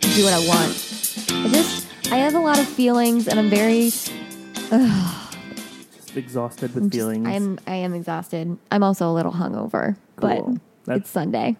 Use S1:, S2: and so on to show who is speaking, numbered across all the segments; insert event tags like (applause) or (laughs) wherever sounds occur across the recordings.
S1: to do what I want. I just, I have a lot of feelings, and I'm very,
S2: Exhausted with
S1: I'm just-
S2: feelings.
S1: I'm, I am exhausted. I'm also a little hungover,
S2: Cool.
S1: but
S2: That's-
S1: it's Sunday.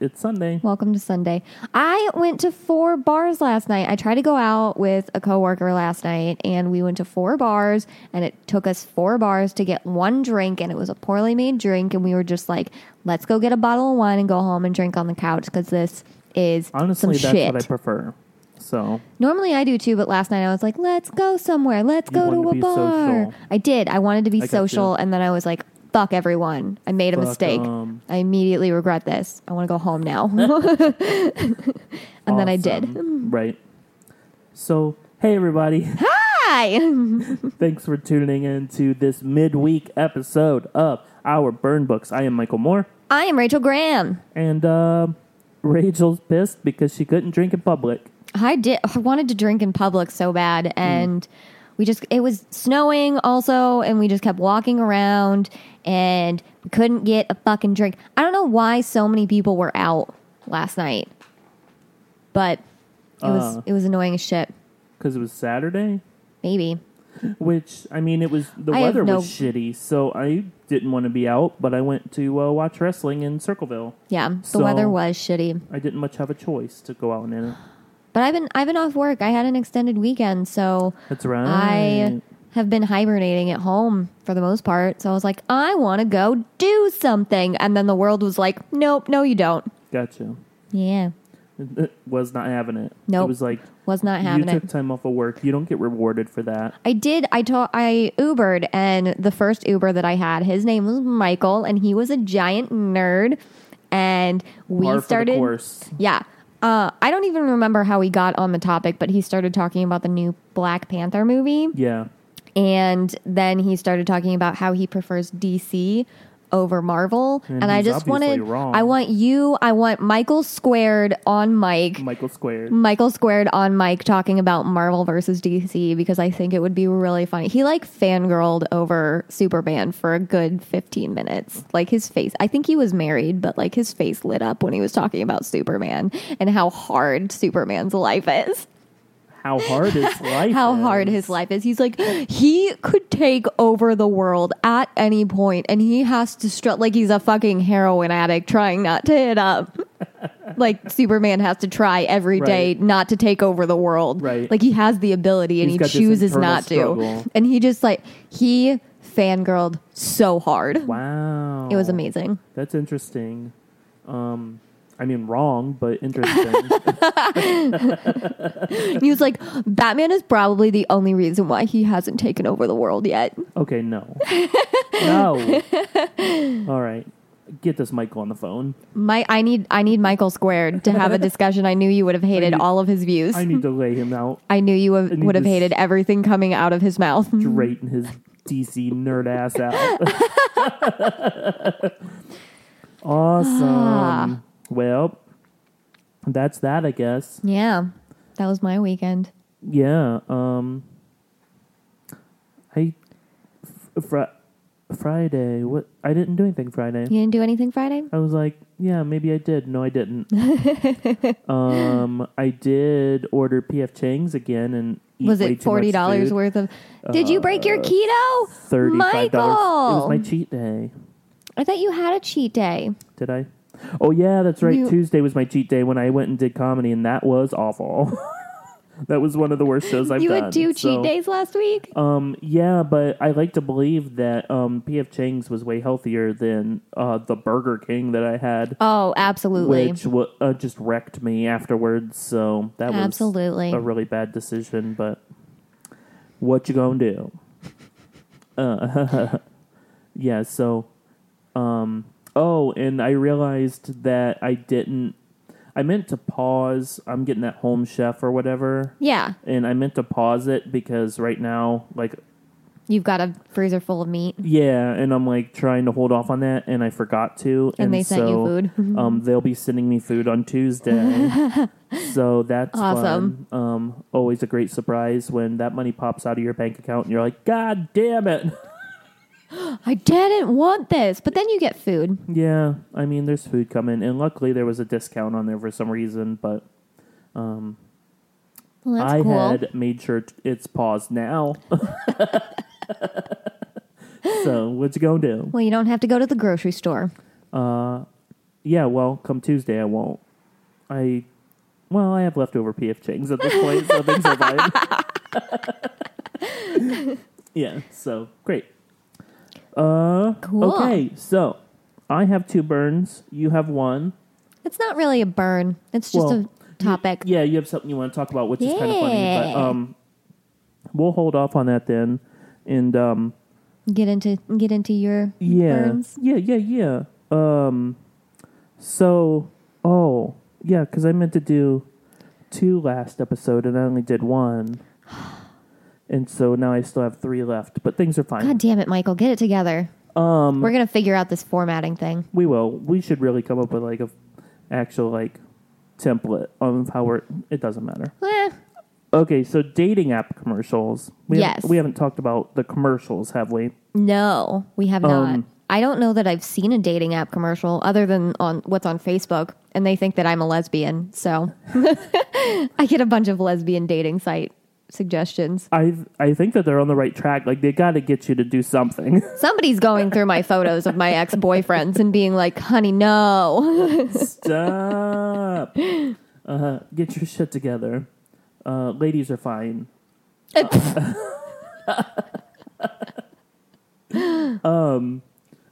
S2: it's Sunday.
S1: Welcome to Sunday. I went to four bars last night. I tried to go out with a coworker last night, and we went to four bars, and it took us four bars to get one drink, and it was a poorly made drink, and we were just like, let's go get a bottle of wine and go home and drink on the couch because this is
S2: Honestly,
S1: some
S2: that's
S1: shit.
S2: what I prefer. So
S1: Normally I do too, but last night I was like, let's go somewhere. Let's go
S2: wanted
S1: to
S2: to
S1: a
S2: be
S1: bar.
S2: social.
S1: I did. I wanted to be
S2: I got
S1: social.
S2: you.
S1: And then I was like, fuck everyone. I made a
S2: Fuck um,
S1: mistake.
S2: 'em.
S1: I immediately regret this. I want to go home
S2: (laughs)
S1: now. (laughs) and then I did. Mm.
S2: awesome. Right. So
S1: (laughs)
S2: hey everybody,
S1: Hi. (laughs)
S2: thanks for tuning in to this midweek episode of our Burn Books. I am Michael Moore,
S1: I am Rachel Graham.
S2: and uh, Rachel's pissed because she couldn't drink in public.
S1: I did. I wanted to drink in public so bad,
S2: Hmm.
S1: and we just it was snowing also, and we just kept walking around, and we couldn't get a fucking drink. I don't know why so many people were out last night, but it was
S2: Uh.
S1: it was annoying as shit.
S2: because it was Saturday.
S1: Maybe
S2: Which I mean, it was the
S1: I have
S2: weather
S1: no-
S2: was shitty, so I didn't want to be out. But I went to uh, watch wrestling in Circleville.
S1: yeah. The
S2: So-
S1: weather was shitty,
S2: I didn't much have a choice to go out and.
S1: but I've been I've been off work. I had an extended weekend, so
S2: That's right.
S1: I have been hibernating at home for the most part. So I was like, I want to go do something. And then the world was like, nope, no, you don't.
S2: gotcha.
S1: Yeah.
S2: was not having it.
S1: Nope.
S2: It was like
S1: Was not
S2: you
S1: having
S2: took
S1: it.
S2: time off of work. You don't get rewarded for that.
S1: I did. I told I Ubered, and the first Uber that I had, his name was Michael, and he was a giant nerd. And we
S2: Par for the
S1: started.
S2: course.
S1: Yeah. Uh, I don't even remember how we got on the topic, but he started talking about the new Black Panther movie.
S2: Yeah.
S1: and then he started talking about how he prefers DC over Marvel.
S2: And
S1: And, I
S2: he's
S1: just wanted,
S2: obviously wrong.
S1: I want you, I want Michael squared on Mike,
S2: Michael Squared.
S1: Michael squared on Mike talking about Marvel versus DC because I think it would be really funny. He like fangirled over Superman for a good 15 minutes. Like his face, I think he was married, but like his face lit up when he was talking about Superman and how hard Superman's life is
S2: How hard is
S1: (laughs)
S2: life?
S1: how hard
S2: is.
S1: his life is. He's like, he could take over the world at any point, and he has to strut like he's a fucking heroin addict trying not to hit
S2: (laughs)
S1: up. like Superman has to try every day
S2: Right.
S1: not to take over the world.
S2: Right.
S1: Like he has the ability and
S2: He's got this
S1: he chooses
S2: internal
S1: not
S2: struggle.
S1: to. And he just like he fangirled so hard.
S2: Wow.
S1: It was amazing.
S2: That's interesting. Um, I mean, wrong, but
S1: (laughs)
S2: interesting.
S1: he was like, Batman is probably the only reason why he hasn't taken over the world yet.
S2: okay,
S1: (laughs)
S2: no, no. All right, get this Michael on the phone.
S1: My, I need I need Michael Squared to
S2: (laughs)
S1: have a discussion. I knew you would have hated
S2: I need-
S1: all of his views.
S2: I
S1: I,
S2: need to lay him out
S1: knew you have,
S2: need
S1: would have
S2: to s-
S1: hated everything coming out of his mouth.
S2: straighten his DC nerd ass out. (laughs) awesome.
S1: Ah.
S2: Well, that's that, I guess.
S1: (laughs) Yeah, that was my weekend.
S2: Yeah. Um. I. F- fr- Friday. What? I didn't do anything Friday.
S1: You didn't do anything Friday?
S2: I was like, yeah, maybe I did. No,
S1: (laughs)
S2: I didn't. um, I did order PF Chang's again, and eat
S1: was
S2: way
S1: it
S2: too
S1: forty
S2: much
S1: dollars
S2: food. Uh,
S1: worth of? Did you break your keto,
S2: Thirty-five
S1: Michael?
S2: dollars. It was my cheat day.
S1: I thought you had a cheat day.
S2: Did I? Oh yeah, that's right.
S1: You-
S2: Tuesday was my cheat day when I went and did comedy, and that was awful. (laughs) that was one of the worst shows I've
S1: you
S2: done.
S1: had two
S2: so-
S1: cheat days last week.
S2: Um, yeah, but I like to believe that um, PF Chang's was way healthier than uh, the Burger King that I had,
S1: oh, absolutely,
S2: which wa uh, just wrecked me afterwards. So that was
S1: absolutely.
S2: a really bad decision. But what you gonna do? Uh, (laughs) yeah. So, um, oh, and I realized that I didn't. I meant to pause. I'm getting that home chef or whatever,
S1: yeah,
S2: and I meant to pause it because right now, like,
S1: you've got a freezer full of meat.
S2: yeah, and I'm like trying to hold off on that, and I forgot to.
S1: And they sent you
S2: so,
S1: food. (laughs)
S2: um, they'll be sending me food on Tuesday, so that's
S1: Awesome.
S2: Fun. Um, always a great surprise when that money pops out of your bank account, and you're like, God damn it!
S1: I didn't want this, but then you get food.
S2: yeah, I mean, there's food coming, and luckily there was a discount on there for some reason, but Um,
S1: Well, that's
S2: I
S1: cool.
S2: had made sure t- it's
S1: (laughs)
S2: paused now. (laughs) so what you gonna do?
S1: well, you don't have to go to the grocery store.
S2: Uh, yeah. Well, come Tuesday, I won't. I well, I have leftover PF Chang's at this point, so things are fine. (laughs) yeah. So great. Uh,
S1: Cool.
S2: Okay. So I have two burns. You have one.
S1: It's not really a burn. It's just
S2: Well,
S1: a topic.
S2: Yeah, you have something you want to talk about, which is kind of funny. But
S1: Yeah.
S2: um, we'll hold off on that then, and um,
S1: Get into get into your
S2: yeah,
S1: burns.
S2: yeah, yeah, yeah. Um, so oh yeah, because I meant to do two last episode, and I only
S1: (sighs)
S2: did one, and so now I still have three left. But things are
S1: God
S2: fine.
S1: damn it, Michael! Get it together.
S2: Um,
S1: We're gonna figure out this formatting thing.
S2: we will. We should really come up with like a f- actual like template of how we're. It doesn't matter.
S1: Eh,
S2: Okay, so dating app commercials. We
S1: Yes.
S2: Haven't, we haven't talked about the commercials, have we?
S1: no, we have not.
S2: Um,
S1: I don't know that I've seen a dating app commercial other than on what's on Facebook, and they think that I'm a lesbian. So (laughs) I get a bunch of lesbian dating site suggestions.
S2: I I think that they're on the right track. Like they got to get you to do something. (laughs)
S1: Somebody's going through my photos of my ex boyfriends and being like, honey, no.
S2: Stop. Uh, get your shit together. Uh, ladies are fine. um,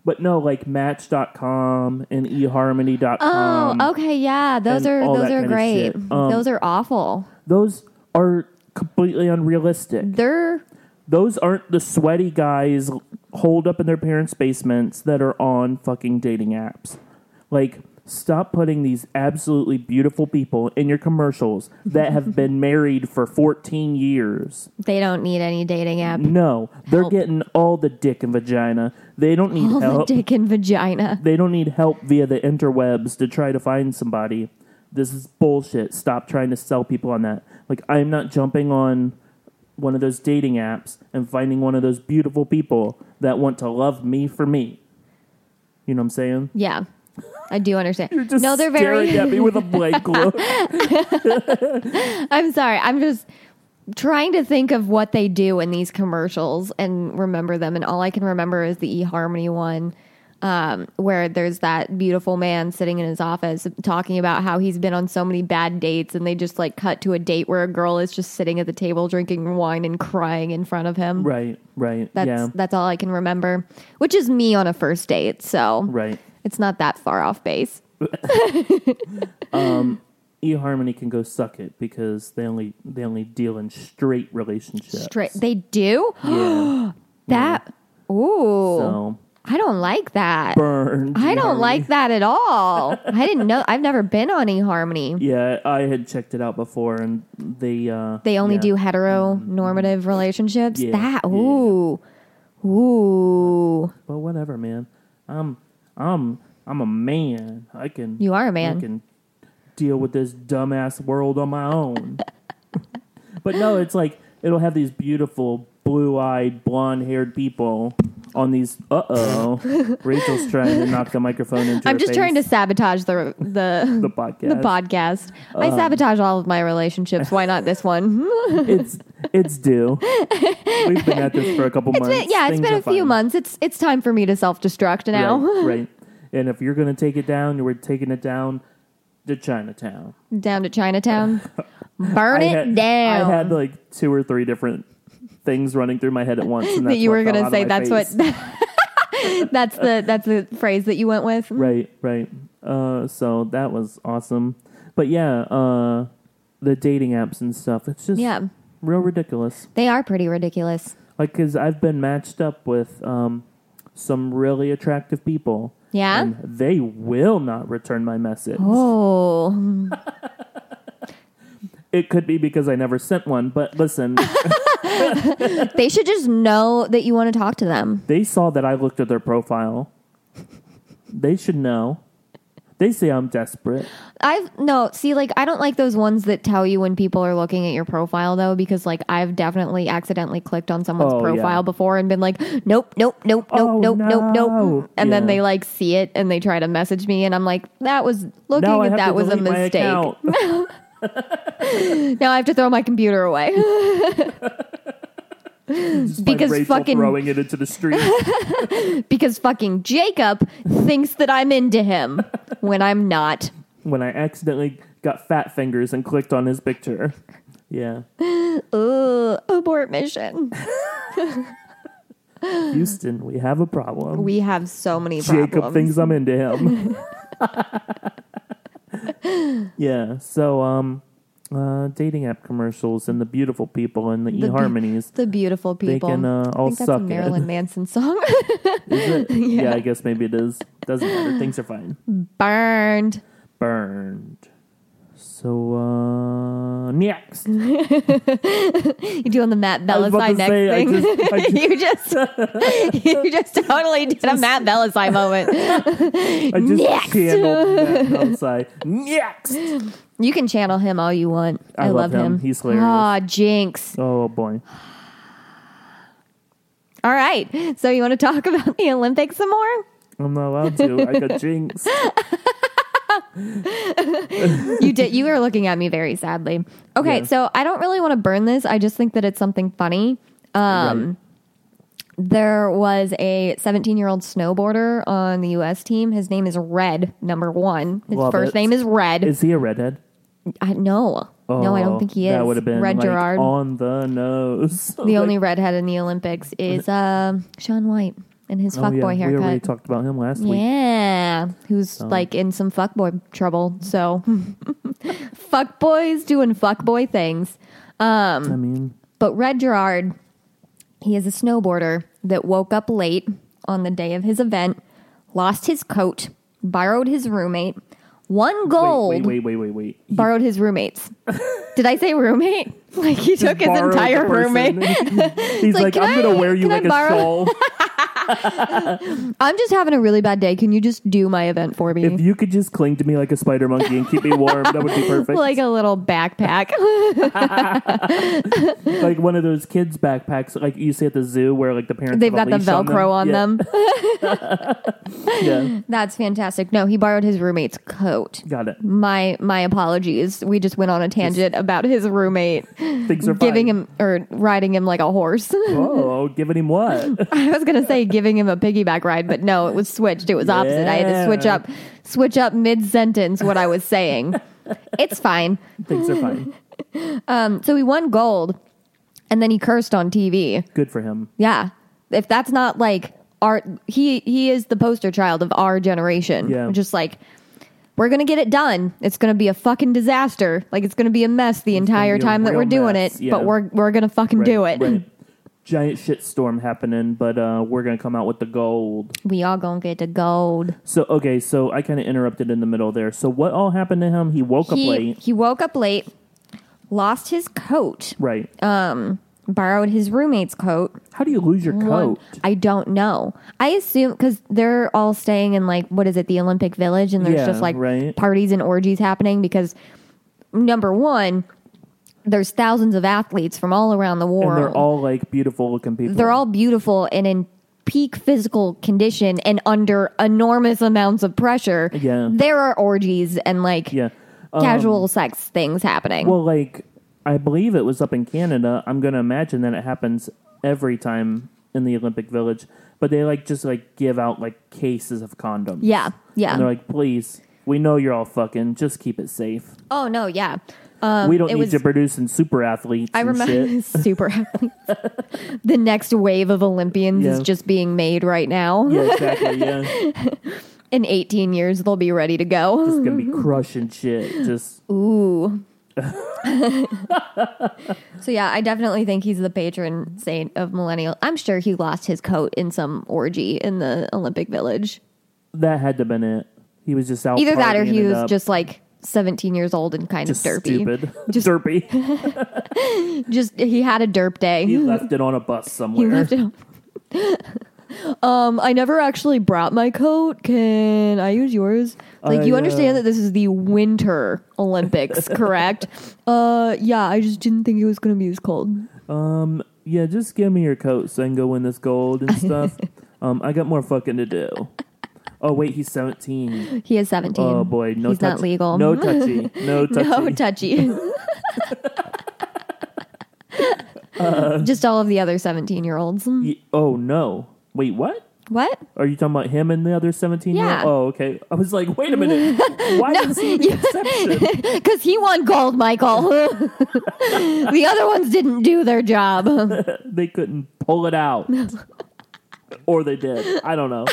S2: but no, like Match.com and eHarmony.com.
S1: Oh, okay. Yeah. Those
S2: Um, and
S1: are
S2: all
S1: those
S2: that
S1: are
S2: kind of
S1: great.
S2: shit. Um,
S1: those are awful.
S2: Those are completely unrealistic.
S1: They're
S2: those aren't the sweaty guys holed up in their parents' basements that are on fucking dating apps. Like, stop putting these absolutely beautiful people in your commercials that
S1: (laughs)
S2: have been married for 14 years.
S1: they don't need any dating app.
S2: No, they're
S1: Help.
S2: getting all the dick and vagina. They don't need
S1: All the (laughs)
S2: help.
S1: dick and vagina.
S2: They don't need help via the interwebs to try to find somebody. This is bullshit. Stop trying to sell people on that. Like, I'm not jumping on one of those dating apps and finding one of those beautiful people that want to love me for me. You know what I'm saying?
S1: Yeah. I do understand.
S2: You're just
S1: no, they're
S2: staring
S1: (laughs) very
S2: at me with a blank look.
S1: I'm sorry. I'm just trying to think of what they do in these commercials and remember them. And all I can remember is the eHarmony one, um, where there's that beautiful man sitting in his office talking about how he's been on so many bad dates, and they just like cut to a date where a girl is just sitting at the table drinking wine and crying in front of him.
S2: right, right.
S1: That's
S2: yeah,
S1: that's all I can remember, which is me on a first date. So
S2: right.
S1: it's not that far off base.
S2: eHarmony can go suck it because they only they only deal in straight relationships.
S1: Straight, they do
S2: Yeah.
S1: (gasps) that. Ooh,
S2: so
S1: I don't like that.
S2: burn.
S1: I don't
S2: eHarmony.
S1: like that at all. I didn't know. I've never been on eHarmony.
S2: Yeah, I had checked it out before, and they uh,
S1: They only
S2: yeah.
S1: do
S2: Mm-hmm.
S1: heteronormative relationships.
S2: Yeah,
S1: That
S2: yeah.
S1: ooh, ooh.
S2: But whatever, man. I'm I'm I'm a man. I can.
S1: You are a
S2: I
S1: man.
S2: can deal with this dumbass world on my own. (laughs) but no, it's like it'll have these beautiful blue-eyed, blonde-haired people on these. Uh oh,
S1: (laughs)
S2: Rachel's trying to knock the microphone into.
S1: I'm
S2: her
S1: just trying to
S2: face.
S1: sabotage the the
S2: (laughs) the podcast. Um,
S1: the podcast. I sabotage all of my relationships. Why not this one? (laughs)
S2: It's it's due. We've been at this for a couple
S1: It's
S2: months.
S1: been, yeah, it's
S2: Things
S1: been
S2: are
S1: a few
S2: fine.
S1: months. It's it's time for me to self destruct now. (laughs)
S2: Right, right. And if you're going to take it down, you were taking it down to Chinatown.
S1: Down to
S2: (laughs)
S1: Chinatown. Burn
S2: I
S1: it
S2: had,
S1: down.
S2: I had like two or three different things running through my head at once. And
S1: that
S2: that's
S1: you were
S2: going to
S1: say that's what (laughs) that's the that's the phrase that you went with.
S2: Right, right. Uh, so that was awesome. But yeah, uh, the dating apps and stuff, it's just
S1: Yeah.
S2: real ridiculous.
S1: They are pretty ridiculous.
S2: Like, because I've been matched up with um, some really attractive people.
S1: Yeah?
S2: And they will not return my message.
S1: Oh,
S2: It could be because I never sent one, but
S1: (laughs)
S2: listen,
S1: they should just know that you want to talk to them.
S2: they saw that I looked at their profile. They should know. They say I'm desperate.
S1: I've no, see, like, I don't like those ones that tell you when people are looking at your profile, though, because, like, I've definitely accidentally clicked on someone's
S2: Oh, yeah.
S1: profile before and been like, nope, nope, nope, nope,
S2: Oh,
S1: nope, nope,
S2: no.
S1: nope. And then
S2: Yeah.
S1: they, like, see it and they try to message me, and I'm like, that was looking
S2: now I
S1: at
S2: have
S1: that
S2: to
S1: was a
S2: delete my
S1: (laughs) mistake.
S2: account.
S1: Now I have to throw my computer away. (laughs)
S2: Just by
S1: because
S2: Rachel
S1: fucking
S2: throwing it into the
S1: (laughs)
S2: street.
S1: because fucking Jacob thinks that I'm into
S2: (laughs)
S1: him when I'm not.
S2: when I accidentally got fat fingers and clicked on his picture. Yeah.
S1: Ugh, uh, abort mission.
S2: Houston, we have a problem.
S1: We have so many problems.
S2: Jacob thinks I'm into
S1: (laughs)
S2: him. (laughs) yeah. So um uh dating app commercials and the beautiful people and the,
S1: The be-
S2: eHarmonies.
S1: the beautiful
S2: they
S1: people.
S2: can uh,
S1: I
S2: all
S1: think that's
S2: suck
S1: a
S2: it.
S1: Marilyn Manson song. (laughs)
S2: Is it? yeah.
S1: Yeah.
S2: I guess maybe it is. Doesn't matter. Things are fine.
S1: Burned.
S2: Burned. So uh next.
S1: You doing the Matt
S2: was about
S1: Bellassai
S2: to
S1: next
S2: say, I
S1: thing? (laughs)
S2: just- I
S1: you just (laughs) you just totally did a Matt Bellassai moment.
S2: I
S1: (laughs)
S2: just
S1: Next.
S2: channeled that outside. Next.
S1: You can channel him all you want.
S2: I
S1: I,
S2: love
S1: love,
S2: him.
S1: him.
S2: He's hilarious.
S1: Aw, jinx.
S2: Oh boy.
S1: All right. So you want to talk (laughs) about the Olympics some more?
S2: I'm not allowed to. I got jinxed.
S1: you did you were looking at me very sadly okay
S2: Yeah.
S1: so i don't really want to burn this i just think that it's something funny (laughs) um there was a 17 year old snowboarder on the us team his name is red number one his
S2: Love
S1: first
S2: it.
S1: name is red
S2: Is he a redhead? Oh,
S1: i no no i don't think he is
S2: That would have been
S1: red
S2: like,
S1: gerard
S2: on the nose.
S1: (laughs) the
S2: (laughs)
S1: only redhead in the olympics is uh, sean white and his fuckboy
S2: Oh, We already
S1: haircut
S2: talked about Oh. him last week.
S1: yeah, who's like in some fuckboy trouble. So, (laughs) fuckboys doing fuckboy things.
S2: I mean,
S1: But Red Gerard, he is a snowboarder that woke up late on the day of his event, lost his coat, borrowed his roommate, one gold,
S2: wait, wait, wait, wait, wait. He
S1: borrowed his
S2: (laughs)
S1: roommate's. Did I say roommate? (laughs) Like he took his
S2: borrowed the
S1: entire
S2: person.
S1: roommate. (laughs)
S2: (laughs) He's
S1: like,
S2: like,
S1: "Can
S2: I'm
S1: I-
S2: gonna wear you
S1: can I
S2: like a
S1: borrow-"
S2: shawl.
S1: I'm just having a really bad day. Can you just do my event for me?
S2: if you could just cling to me like a spider monkey and keep me warm, that would be
S1: (laughs)
S2: perfect.
S1: like
S2: Like,
S1: a little backpack. (laughs)
S2: one of those kids' backpacks, like you see at the zoo, where like the parents
S1: They've
S2: have
S1: got
S2: a
S1: the
S2: leash
S1: Velcro on
S2: Yeah,
S1: them. (laughs)
S2: Yeah,
S1: That's fantastic. No, he borrowed his roommate's coat. (laughs)
S2: got it.
S1: My my apologies. We just went on a tangent about his roommate.
S2: Things are
S1: giving
S2: fine.
S1: him or riding him like a horse. (laughs)
S2: Oh, giving him what? (laughs)
S1: I was gonna say giving him a piggyback ride, but no, it was switched. It was opposite. I had to switch
S2: Yeah.
S1: up, switch up mid sentence what I was
S2: (laughs)
S1: saying. it's fine.
S2: Things are fine.
S1: Um, so he won gold, and then he cursed on TV.
S2: Good for him.
S1: Yeah, if that's not like our he he is the poster child of our generation.
S2: Yeah.
S1: just like. We're gonna get it done. It's gonna be a fucking disaster. Like it's gonna be a mess the entire
S2: be a
S1: time that
S2: real
S1: we're doing
S2: mess,
S1: it.
S2: yeah.
S1: But we're we're gonna fucking do it.
S2: Right, right. Giant shitstorm happening, but uh, we're gonna come out with the gold.
S1: (laughs) We all gonna get the gold.
S2: So okay, so I kind of interrupted in the middle there. So what all happened to him? He woke up
S1: he,
S2: late,
S1: He woke up late, lost his coat,
S2: right?
S1: uh, borrowed his roommate's coat.
S2: How do you lose your
S1: One-
S2: coat?
S1: I don't know. I assume because they're all staying in like what is it, the Olympic Village, and there's
S2: Yeah,
S1: just like
S2: right.
S1: parties and orgies happening because number one, there's thousands of athletes from all around the world.
S2: and they're all like beautiful looking people.
S1: They're all beautiful and in peak physical condition and under enormous amounts of pressure.
S2: Yeah.
S1: There are orgies and like
S2: yeah. Um,
S1: casual sex things happening.
S2: Well, like I believe it was up in Canada. I'm gonna imagine that it happens every time in the Olympic Village, but they like just like give out like cases of condoms.
S1: yeah. Yeah.
S2: and they're like, please. We know you're all fucking. Just keep it safe.
S1: Oh no, yeah.
S2: we don't
S1: Um, it
S2: need
S1: was-
S2: you producing super athletes.
S1: I
S2: and shit.
S1: (laughs) remember super happy. the next wave of Olympians is
S2: Yeah.
S1: just being made right now.
S2: Yeah, exactly. Yeah, it's
S1: In 18 years, they'll be ready to go.
S2: gonna be crushing shit. Just (laughs)
S1: Ooh. so yeah, I definitely think he's the patron saint of millennial. I'm sure he lost his coat in some orgy in the Olympic Village.
S2: that had to been it. He was just out.
S1: Either that or he
S2: partying it
S1: was
S2: up.
S1: just like 17 years old and kind
S2: Just
S1: of derpy.
S2: stupid,
S1: Just-
S2: (laughs) derpy.
S1: Just he had a derp day.
S2: He left it on a bus
S1: He
S2: somewhere.
S1: left it. (laughs) um, I never actually brought my coat. Can I use yours? Like,
S2: I,
S1: you
S2: uh,
S1: understand that this is the Winter Olympics,
S2: (laughs)
S1: correct? Uh, yeah. I just didn't think it was gonna be as cold.
S2: um,
S1: (laughs)
S2: yeah, just give me your coat so I can go win this gold and stuff. um, I got more fucking to do. Oh wait, he's seventeen.
S1: He is 17.
S2: Oh boy, no.
S1: He's not
S2: touch-
S1: legal. (laughs)
S2: No touchy. No touchy.
S1: No (laughs) touchy.
S2: Uh,
S1: Just all of the other 17 year olds.
S2: Ye- oh no. Wait, what?
S1: What?
S2: Are you talking about him and the other seventeen?
S1: Yeah.
S2: Oh, okay. I was like, wait
S1: (laughs)
S2: a minute. Why is he the
S1: you- (laughs)
S2: exception?
S1: Because he won gold, Michael.
S2: (laughs)
S1: (laughs) the other ones didn't do their
S2: (laughs)
S1: job.
S2: they couldn't pull it out. or they did. I don't know.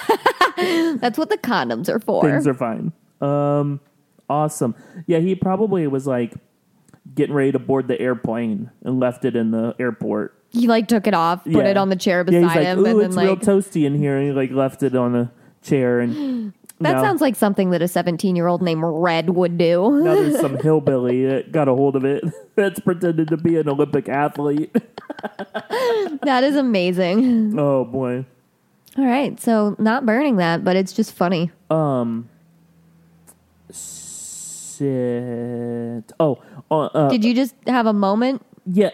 S1: That's what the condoms are for.
S2: Things are fine. Um awesome. Yeah, he probably was like getting ready to board the airplane and left it in the airport.
S1: he like took it off, put
S2: Yeah.
S1: it on the chair beside
S2: Yeah, he's like,
S1: him,
S2: Ooh,
S1: and then
S2: it's real
S1: like
S2: toasty in here and he like left it on a chair and
S1: (gasps) that
S2: now,
S1: sounds like something that a seventeen-year-old named Red would do. (laughs)
S2: now there's some hillbilly that got a hold of it (laughs) that's pretended to be an Olympic athlete. (laughs)
S1: that is amazing. (laughs)
S2: Oh boy.
S1: All right, so not burning that, but it's just funny.
S2: Um shit. Oh, uh, uh
S1: Did you just have a moment?
S2: Yeah.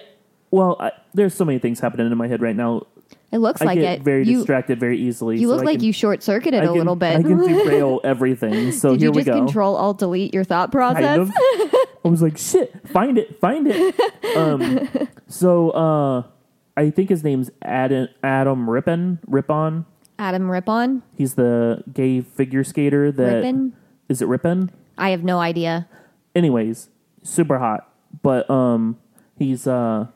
S2: Well, I, there's so many things happening in my head right now.
S1: It looks
S2: I
S1: like
S2: get
S1: it.
S2: very
S1: you
S2: distracted very easily.
S1: you
S2: so
S1: look
S2: I
S1: like
S2: can-
S1: you short-circuited
S2: I
S1: a
S2: can-
S1: little bit. (laughs)
S2: I can derail everything. So
S1: Did
S2: here
S1: you
S2: we
S1: just
S2: go.
S1: control alt delete your thought process?
S2: (laughs) kind of. I was like, shit, find it, find
S1: (laughs)
S2: it. Um, so uh, I think his name's Adam, Adam Rippon. Rippon.
S1: Adam Rippon.
S2: He's the gay figure skater that is
S1: Rippon?
S2: it Rippon?
S1: I have no idea.
S2: anyways, super hot. But um, he's uh,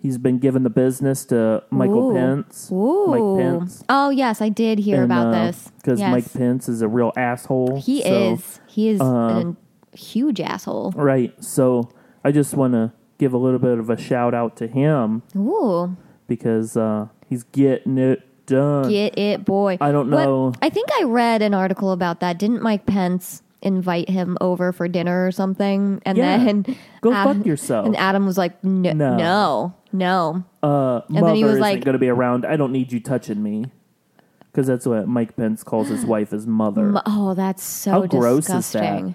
S2: he's been given the business to Michael
S1: Ooh.
S2: Pence.
S1: Ooh.
S2: Mike Pence.
S1: Oh yes, I did hear about this.
S2: because
S1: Yes.
S2: uh, Mike Pence is a real asshole.
S1: He
S2: so- uh,
S1: is. He is an huge asshole.
S2: right. So I just want to give a little bit of a shout out to him
S1: Ooh,
S2: because uh, he's getting it done.
S1: get it, boy.
S2: I don't
S1: What-
S2: know.
S1: I think I read an article about that. Didn't Mike Pence invite him over for dinner or something? And
S2: Yeah.
S1: then
S2: Go
S1: Ad-
S2: fuck yourself.
S1: And Adam was like, no,
S2: No.
S1: no, no.
S2: uh,
S1: then
S2: mother
S1: he was
S2: isn't
S1: like-
S2: going to be around. I don't need you touching me. Because that's what Mike Pence calls his wife,
S1: (gasps)
S2: his mother.
S1: M- Oh, that's so
S2: How
S1: disgusting.
S2: gross is that?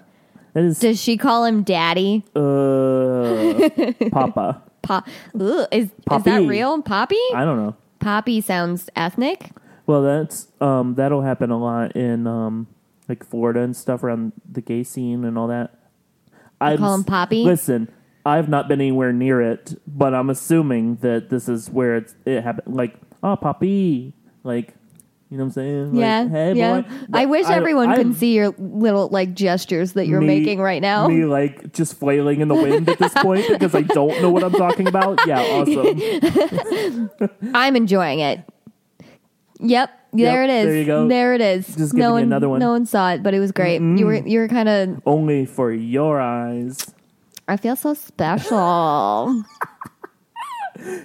S2: That is
S1: Does she call him daddy?
S2: Uh,
S1: (laughs)
S2: Papa.
S1: Pa- Ugh, is, is that
S2: Poppy.
S1: real? Poppy?
S2: I don't know.
S1: Poppy sounds ethnic.
S2: Well, that's um, that'll happen a lot in um, like Florida and stuff around the gay scene and all that. I
S1: call 'em Poppy?
S2: Listen, I've not been anywhere near it, but I'm assuming that this is where it's, it happened. Like, oh, Poppy, like. You know what I'm saying? Like,
S1: yeah.
S2: hey,
S1: yeah.
S2: boy.
S1: I wish everyone
S2: I-
S1: could see your little like gestures that you're
S2: me-
S1: making right now.
S2: Me like just flailing in the wind at this point because I don't know what I'm talking about. Yeah, awesome.
S1: (laughs) I'm enjoying it. Yep. There
S2: Yep,
S1: it is.
S2: there you go.
S1: There it is.
S2: Just giving
S1: no
S2: you
S1: one,
S2: another one.
S1: No one saw it, but it was great. You were you were kind of.
S2: Only for your eyes.
S1: I feel so
S2: (laughs)
S1: special.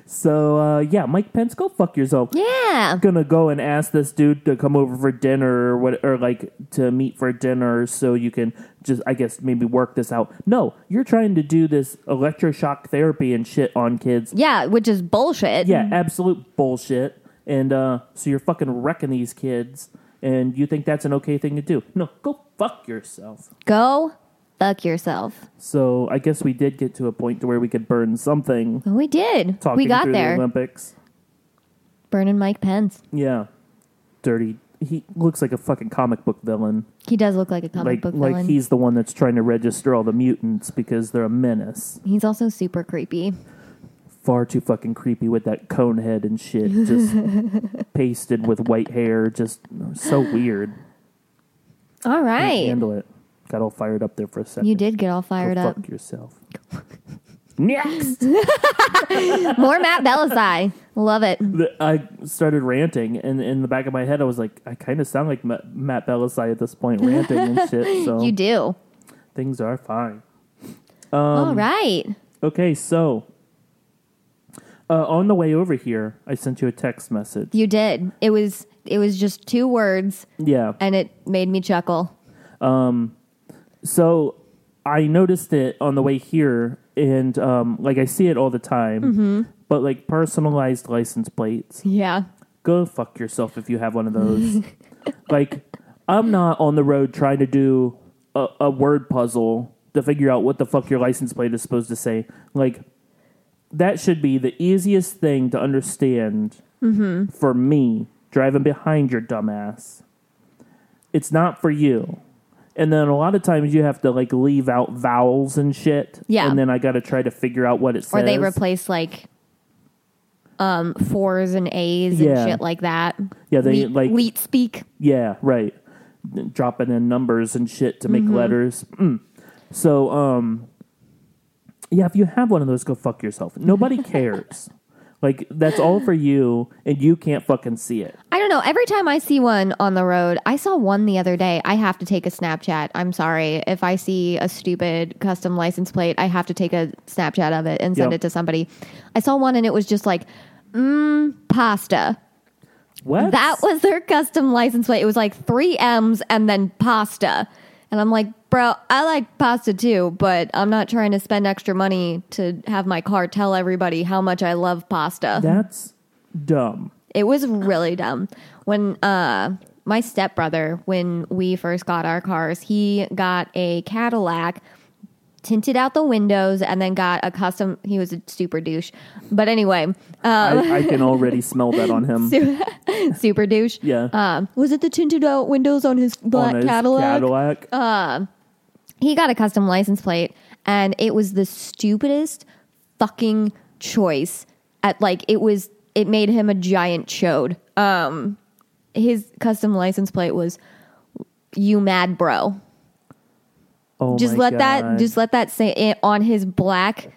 S2: So uh, yeah, Mike Pence, go fuck yourself.
S1: yeah.
S2: Gonna go and ask this dude to come over for dinner or what, or like to meet for dinner, so you can just, I guess, maybe work this out. No, you're trying to do this electroshock therapy and shit on kids.
S1: Yeah, which is bullshit.
S2: Yeah, absolute bullshit. And uh, so you're fucking wrecking these kids, and you think that's an okay thing to do? No, go fuck yourself.
S1: Go fuck yourself.
S2: So I guess we did get to a point to where we could burn something.
S1: Well, we did.
S2: Talking
S1: we got
S2: through
S1: there.
S2: the Olympics.
S1: Burning Mike Pence.
S2: Yeah. Dirty. He looks like a fucking comic book villain.
S1: He does look like a comic
S2: Like
S1: book
S2: like
S1: villain.
S2: he's the one that's trying to register all the mutants because they're a menace.
S1: he's also super creepy.
S2: Far too fucking creepy with that cone head and shit
S1: (laughs)
S2: just pasted with white hair, just so weird.
S1: All
S2: Can't
S1: right.
S2: Handle it. Got all fired up there for a second.
S1: You did get all
S2: Go
S1: fired up.
S2: fuck yourself.
S1: (laughs)
S2: Next,
S1: More Matt
S2: (laughs)
S1: Belisai. Love it.
S2: The- I started ranting, and in the back of my head, I was like, I kind of sound like Ma- Matt Belisai at this point, ranting and shit.
S1: (laughs)
S2: So
S1: You do.
S2: things are fine. um,
S1: all right.
S2: Okay, so uh, on the way over here, I sent you a text message.
S1: You did. It was it was just two words
S2: Yeah.
S1: and it made me chuckle.
S2: So I noticed it on the way here, and um, like I see it all the time. But like personalized license plates,
S1: Yeah.
S2: go fuck yourself if you have one
S1: (laughs)
S2: of those. like I'm not on the road trying to do a, a word puzzle to figure out what the fuck your license plate is supposed to say. Like that should be the easiest thing to
S1: Mm-hmm.
S2: understand for me driving behind your dumbass it's not for you. And then a lot of times you have to like leave out vowels and shit.
S1: Yeah.
S2: And then I got to try to figure out what it says.
S1: or they replace like um fours and A's
S2: Yeah.
S1: and shit like that.
S2: Yeah, they,
S1: Leet-
S2: like-
S1: leet speak.
S2: Yeah, right. Dropping in numbers and shit to
S1: Mm-hmm.
S2: make letters. Mm. So, um, yeah, if you have one of those, go fuck
S1: (laughs)
S2: yourself. Nobody cares. like, that's all for you, and you can't fucking see it.
S1: I don't know. Every time I see one on the road, I saw one the other day. I have to take a Snapchat. I'm sorry. If I see a stupid custom license plate, I have to take a Snapchat of it and send
S2: Yep.
S1: it to somebody. I saw one and it was just like, mmm, pasta.
S2: What?
S1: That was their custom license plate. It was like three M's and then pasta. And I'm like, bro, I like pasta too, but I'm not trying to spend extra money to have my car tell everybody how much I love pasta.
S2: That's dumb.
S1: It was really dumb. When uh my stepbrother, when we first got our cars, he got a Cadillac, tinted out the windows, and then got a custom he was a super douche. But anyway, uh
S2: I, I can already smell
S1: (laughs)
S2: that on him. (laughs)
S1: super douche.
S2: Yeah.
S1: Um was it the tinted out windows on his black
S2: on his
S1: Cadillac? Uh,
S2: Cadillac.
S1: He got a custom license plate and it was the stupidest fucking choice at like it was it made him a giant chode. Um his custom license plate was you mad bro.
S2: oh
S1: just
S2: my
S1: let that
S2: God.
S1: just let that say it on his black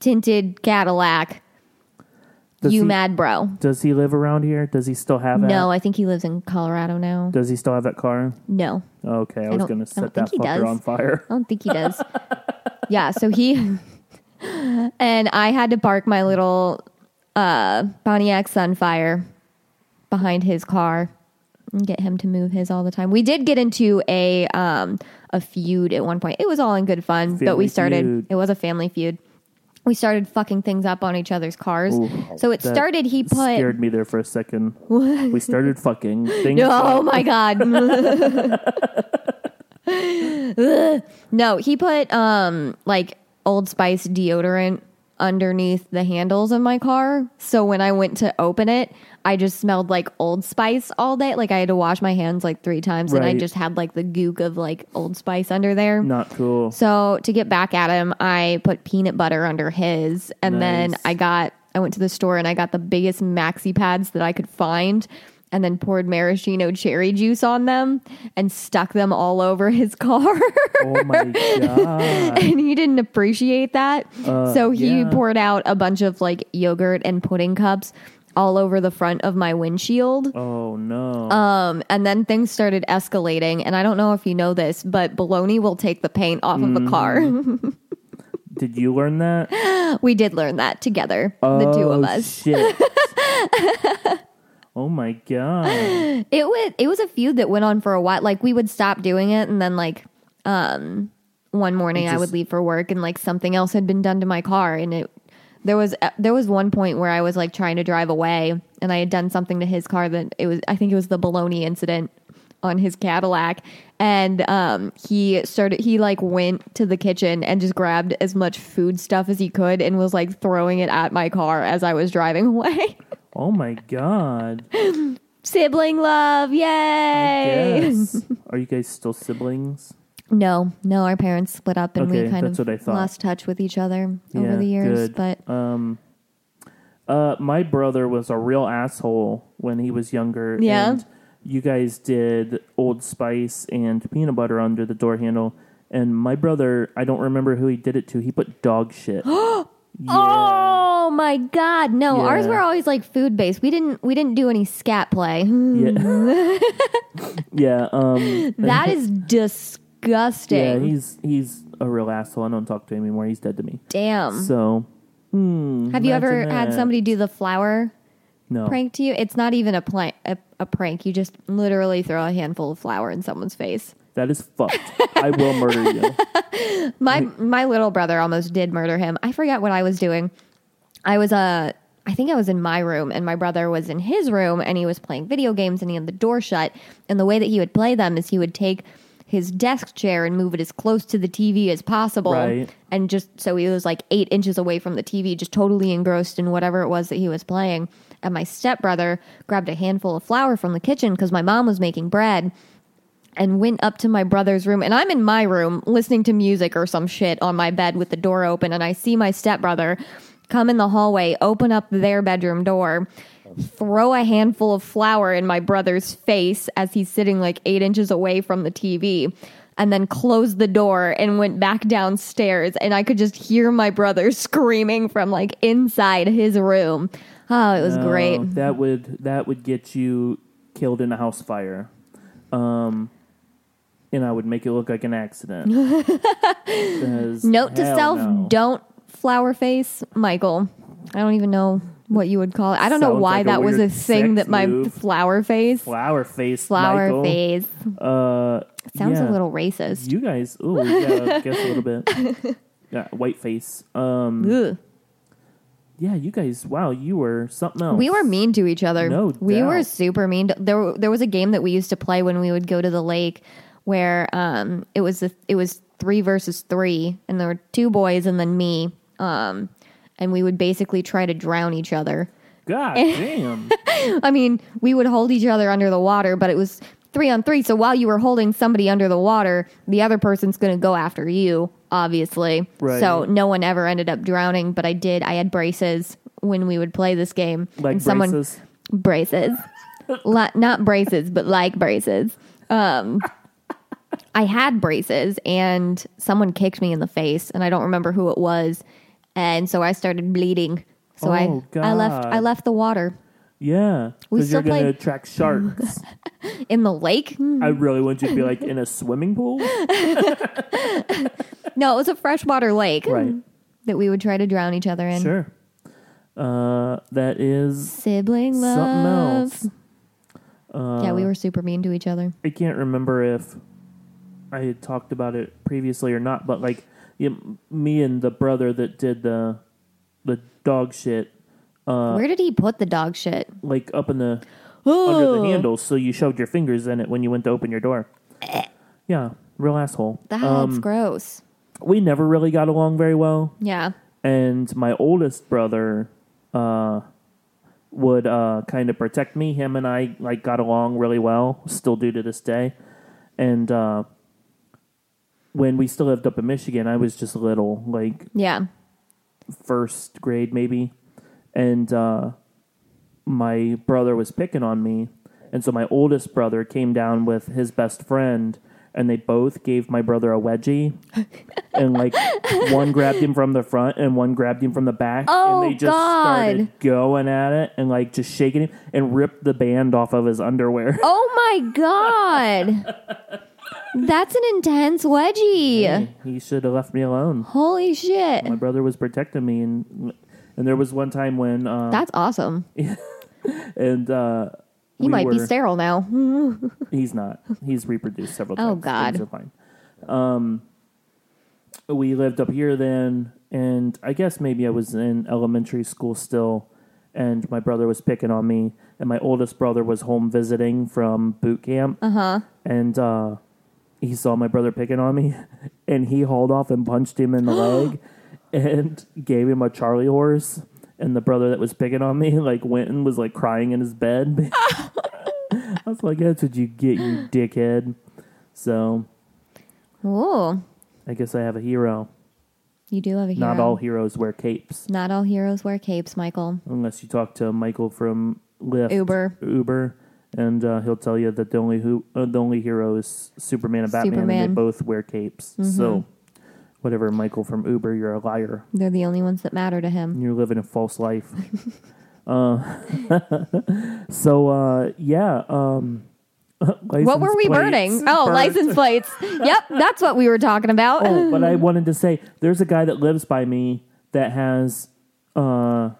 S1: tinted Cadillac.
S2: Does
S1: you
S2: he-
S1: mad bro.
S2: Does he live around here? Does he still have that?
S1: No, I think he lives in Colorado now.
S2: Does he still have that car?
S1: No.
S2: Okay, I was
S1: don't-
S2: going
S1: I
S2: to set
S1: don't
S2: that
S1: think he
S2: fucker
S1: does. Oh. (laughs)
S2: on fire.
S1: I don't think he does. yeah, so he (laughs) and I had to park my little uh Pontiac Sunfire behind his car and get him to move his all the time. We did get into a um a feud at one point. It was all in good fun, but
S2: Family
S1: we started
S2: feud.
S1: it was a family feud. We started fucking things up on each other's cars.
S2: Ooh,
S1: so it
S2: that
S1: started he put
S2: scared me there for a second.
S1: (laughs)
S2: we started fucking things.
S1: Oh my god. (laughs) no, he put um like Old Spice deodorant underneath the handles of my car. So when I went to open it, I just smelled like Old Spice all day. Like I had to wash my hands like 3 times and I
S2: Right.
S1: just had like the gook of like Old Spice under there.
S2: Not cool.
S1: (laughs) So to get back at him, I put peanut butter under his, and then
S2: Nice.
S1: I got I went to the store and I got the biggest maxi pads that I could find, and then poured maraschino cherry juice on them and stuck them all over his (laughs) car.
S2: oh my god.
S1: and he didn't appreciate that, so he
S2: Uh, yeah.
S1: poured out a bunch of like yogurt and pudding cups all over the front of my windshield.
S2: Oh no.
S1: Um, and then things started escalating, and I don't know if you know this, but baloney will take the paint off
S2: Mm.
S1: of a car. (laughs)
S2: Did you learn that?
S1: We did learn that together, the
S2: oh,
S1: two of us. (laughs)
S2: Shit. oh my god.
S1: It was it was a feud that went on for a while. Like we would stop doing it, and then like um, one morning I
S2: just-
S1: would leave for work, and like something else had been done to my car, and it there was e, there was one point where I was like trying to drive away, and I had done something to his car that it was I think it was the baloney incident on his Cadillac, and um, he started he like went to the kitchen and just grabbed as much food stuff as he could, and was like throwing it at my car as I was driving (laughs) away.
S2: Oh my god.
S1: Sibling love, yay!
S2: Yes. Are you guys still siblings?
S1: (laughs) No, no, our parents split up and we
S2: Okay,
S1: kind
S2: that's
S1: of
S2: what I thought.
S1: lost touch with each other over
S2: Yeah,
S1: the years.
S2: good. Um,
S1: But
S2: Uh, my brother was a real asshole when he was younger.
S1: Yeah?
S2: And you guys did Old Spice and peanut butter under the door handle. And my brother, I don't remember who he did it to. He put
S1: (gasps)
S2: dog shit. yeah.
S1: oh my god, no! Ours
S2: Yeah.
S1: were always like food based. We didn't we didn't do any scat play. Hmm.
S2: Yeah. (laughs)
S1: (laughs)
S2: yeah. Um,
S1: that is
S2: (laughs) yeah.
S1: disgusting.
S2: He's he's a real asshole. I don't talk to him anymore. He's dead to me.
S1: Damn.
S2: So, hmm,
S1: Mm. Have you ever
S2: imagine
S1: had
S2: that. Oh.
S1: somebody do the flour
S2: No.
S1: prank to you? It's not even a, pla- a a prank. You just literally throw a handful of flour in someone's face.
S2: That is fucked. I will murder
S1: (laughs)
S2: you.
S1: My my little brother almost did murder him. I forgot what I was doing. I was uh I think I was in my room and my brother was in his room and he was playing video games and he had the door shut and the way that he would play them is he would take his desk chair and move it as close to the TV as possible
S2: Right.
S1: and just so he was like 8 inches away from the TV just totally engrossed in whatever it was that he was playing and my stepbrother grabbed a handful of flour from the kitchen cuz my mom was making bread and went up to my brother's room and I'm in my room listening to music or some shit on my bed with the door open and I see my stepbrother come in the hallway, open up their bedroom door, throw a handful of flour in my brother's face as he's sitting like 8 inches away from the TV. And then closed the door and went back downstairs, and I could just hear my brother (laughs) screaming from like inside his room. Oh, it was
S2: No,
S1: great.
S2: Um, That would that would get you killed in a house fire, um, and I would make it look like an
S1: (laughs)
S2: accident. 'Cause
S1: Note to
S2: hell
S1: self:
S2: no.
S1: don't flower face, Michael. I don't even know what you would call it. I don't know
S2: Sounds
S1: why
S2: like a
S1: that was a
S2: weird
S1: thing
S2: sex
S1: that my
S2: move.
S1: flower face,
S2: flower face,
S1: flower
S2: Michael.
S1: face,
S2: Uh,
S1: sounds a
S2: yeah.
S1: little racist.
S2: You guys, ooh,
S1: (laughs)
S2: yeah, guess a little bit. Yeah, white face. Um,
S1: Ugh.
S2: yeah, you guys. Wow, you were something else.
S1: We were mean to each other.
S2: No
S1: we
S2: doubt.
S1: were super mean. To, there, were- there was a game that we used to play when we would go to the lake, where um, it was the, it was three versus three, and there were two boys and then me, um, and we would basically try to drown each other. (laughs)
S2: God damn.
S1: I mean, we would hold each other under the water, but it was three on three. So while you were holding somebody under the water, the other person's going to go after you, obviously.
S2: Right.
S1: So no one ever ended up drowning, but I did. I had braces when we would play this game.
S2: Like
S1: and someone,
S2: braces.
S1: braces.
S2: (laughs)
S1: La- not braces, but like braces. Um, I had braces and someone kicked me in the face and I don't remember who it was. And so I started bleeding. So
S2: Oh,
S1: I, I left I
S2: God.
S1: left the water
S2: Yeah,
S1: We
S2: because you're
S1: still
S2: gonna
S1: played-
S2: attract sharks.
S1: in the lake.
S2: I really want you to be like in a swimming pool,
S1: (laughs) No, it was a freshwater lake
S2: right?
S1: that we would try to drown each other in.
S2: Sure. Uh, that is
S1: Sibling
S2: something
S1: love.
S2: else. Uh,
S1: yeah, we were super mean to each other.
S2: I can't remember if I had talked about it previously or not, but like you, me and the brother that did the the dog shit, uh,
S1: Where did he put the dog shit?
S2: like up in the under the handle, so you shoved your fingers in it when you went to open your door. yeah, real asshole.
S1: That's
S2: Um,
S1: gross.
S2: we never really got along very well.
S1: Yeah.
S2: and my oldest brother uh, would uh, kind of protect me. Him and I like got along really well, still do to this day. And uh, when we still lived up in Michigan, I was just little, like
S1: Yeah.
S2: first grade maybe, and uh, my brother was picking on me, and so my oldest brother came down with his best friend, and they both gave my brother a
S1: (laughs)
S2: wedgie, and like one grabbed him from the front and one grabbed him from the back,
S1: Oh,
S2: and they just
S1: God.
S2: started going at it and like just shaking him and ripped the band off of
S1: (laughs)
S2: his underwear.
S1: Oh my god. That's an intense wedgie.
S2: he should have left me alone.
S1: Holy shit.
S2: My brother was protecting me, and and there was one time when uh,
S1: That's awesome. He
S2: and. Uh, we
S1: might be
S2: were-
S1: sterile now.
S2: He's not. He's reproduced several times.
S1: Oh, God.
S2: Things are fine. Um, we lived up here then, and I guess maybe I was in elementary school still, and my brother was picking on me, and my oldest brother was home visiting from boot camp. Uh-huh. And, uh He saw my brother picking on me, (laughs) and he hauled off and punched
S1: (gasps)
S2: him in the leg, and gave him a Charlie horse. And the brother that was picking on me, like, went and was like crying in his bed. I was like, that's what you get,
S1: (sighs)
S2: you dickhead. So
S1: Ooh.
S2: I guess I have a hero.
S1: You do have a hero.
S2: Not all heroes wear capes,
S1: Not all heroes wear capes, Michael.
S2: unless you talk to Michael from Lyft,
S1: Uber.
S2: Uber, and uh, he'll tell you that the only who uh, the only hero is Superman and Batman, and
S1: Superman. Mm-hmm.
S2: they both wear capes. So whatever, Michael from Uber, you're a liar.
S1: They're the only ones that matter to him.
S2: You're living a
S1: (laughs)
S2: false life. uh, (laughs) so uh, yeah. Um, (laughs)
S1: What were
S2: license
S1: we
S2: plates,
S1: burning? Oh,
S2: birds.
S1: license plates. yep, that's what we were talking about.
S2: oh, but
S1: (sighs)
S2: I wanted to say there's a guy that lives by me that has uh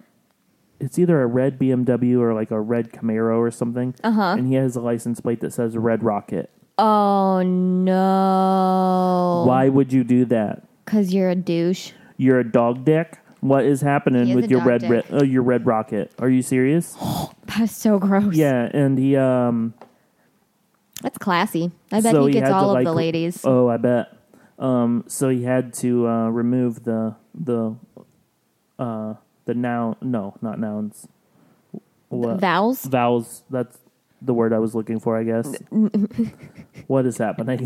S2: it's either a red BMW or like a red Camaro or something. Uh-huh. And he has a license plate that says Red Rocket.
S1: Oh no.
S2: Why would you do that?
S1: Cuz you're a douche. (laughs)
S2: You're a dog dick. What is happening
S1: He is
S2: with
S1: a
S2: your
S1: dog
S2: red,
S1: dick.
S2: red uh, your red rocket? Are you serious?
S1: That's so gross.
S2: yeah, and he um
S1: That's classy. I bet
S2: so
S1: he gets
S2: had
S1: all
S2: to,
S1: of
S2: like,
S1: the ladies.
S2: Oh, I bet. Um, so he had to uh, remove the the uh, the noun. No, not nouns. What
S1: Vowels?
S2: uh,
S1: (laughs)
S2: vowels? That's the word I was looking for, I guess. what is happening?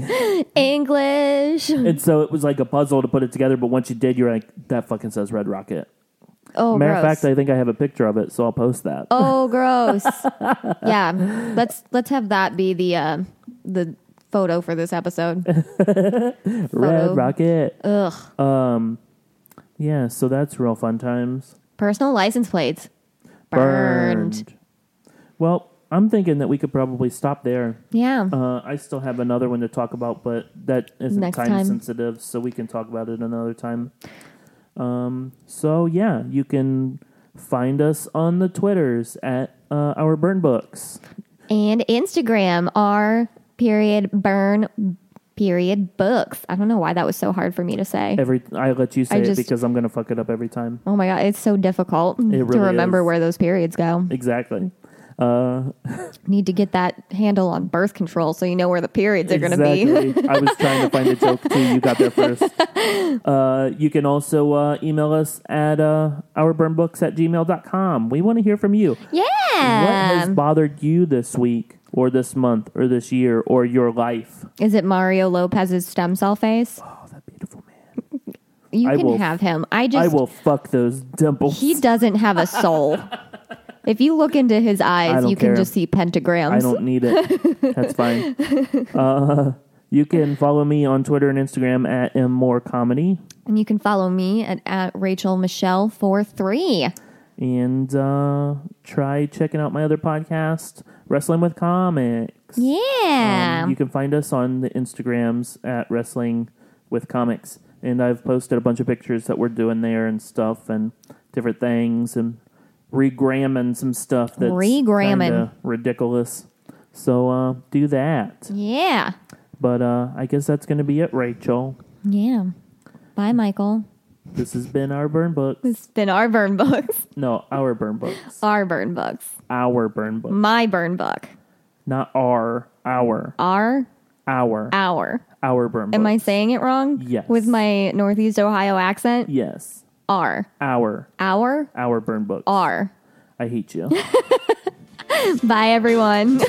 S1: English.
S2: and so it was like a puzzle to put it together, but once you did, you're like, that fucking says Red Rocket.
S1: Oh,
S2: Matter
S1: gross.
S2: of fact, I think I have a picture of it, so I'll post that.
S1: oh, gross.
S2: (laughs)
S1: yeah, let's let's have that be the uh, the photo for this
S2: (laughs)
S1: episode. photo.
S2: Red Rocket.
S1: Ugh.
S2: Yeah, so that's real fun times.
S1: Personal license plates. Burned.
S2: Well, I'm thinking that we could probably stop there.
S1: Yeah.
S2: Uh, I still have another one to talk about, but that isn't
S1: Next
S2: time,
S1: time.
S2: sensitive, so we can talk about it another time. Um, so yeah, you can find us on the Twitters at uh, our burn books.
S1: and Instagram are period burn period books. I don't know why that was so hard for me to say.
S2: Every I let you say
S1: I
S2: it
S1: just-
S2: because I'm gonna fuck it up every time.
S1: Oh my god, it's so difficult to
S2: really
S1: remember
S2: is.
S1: where those periods go.
S2: Exactly. Uh,
S1: Need to get that handle on birth control so you know where the periods are going (laughs) to be.
S2: Exactly. I was trying to find a joke too. You got
S1: (laughs)
S2: there first. Uh, you can also uh, email us at uh, ourburnbooks at gmail.com. We want to hear from you. What
S1: Yeah.
S2: has bothered you this week or this month or this year or your life?
S1: Is it Mario Lopez's stem cell face?
S2: Oh, that beautiful man.
S1: You
S2: I
S1: can
S2: will-
S1: have him. I
S2: I
S1: just
S2: will fuck those dimples.
S1: he doesn't have a
S2: (laughs)
S1: soul. if you look into his eyes,
S2: don't
S1: you
S2: care.
S1: can just see pentagrams.
S2: I don't need it. That's
S1: (laughs)
S2: fine. Uh, you can follow me on Twitter and Instagram at mmorecomedy.
S1: And you can follow me at, at Rachel Michelle four three.
S2: and uh, try checking out my other podcast, Wrestling with Comics.
S1: Yeah.
S2: Um, you can find us on the Instagrams at Wrestling with Comics, and I've posted a bunch of pictures that we're doing there and stuff, and different things, and regramming some stuff that's
S1: Regramming.
S2: kinda ridiculous. So uh, do that.
S1: yeah.
S2: But uh, I guess that's going to be it, Rachel.
S1: Yeah. Bye, Michael.
S2: This has been our burn books.
S1: It's been our burn books.
S2: No, our burn books.
S1: Our burn books.
S2: Our burn book.
S1: My burn book.
S2: Not our. Our.
S1: Our
S2: Our.
S1: our.
S2: Our burn book.
S1: Am I saying it wrong?
S2: Yes.
S1: With my Northeast Ohio accent?
S2: Yes.
S1: Our.
S2: Our.
S1: Our.
S2: Our burn book.
S1: (laughs) Our.
S2: I hate you.
S1: Bye, everyone.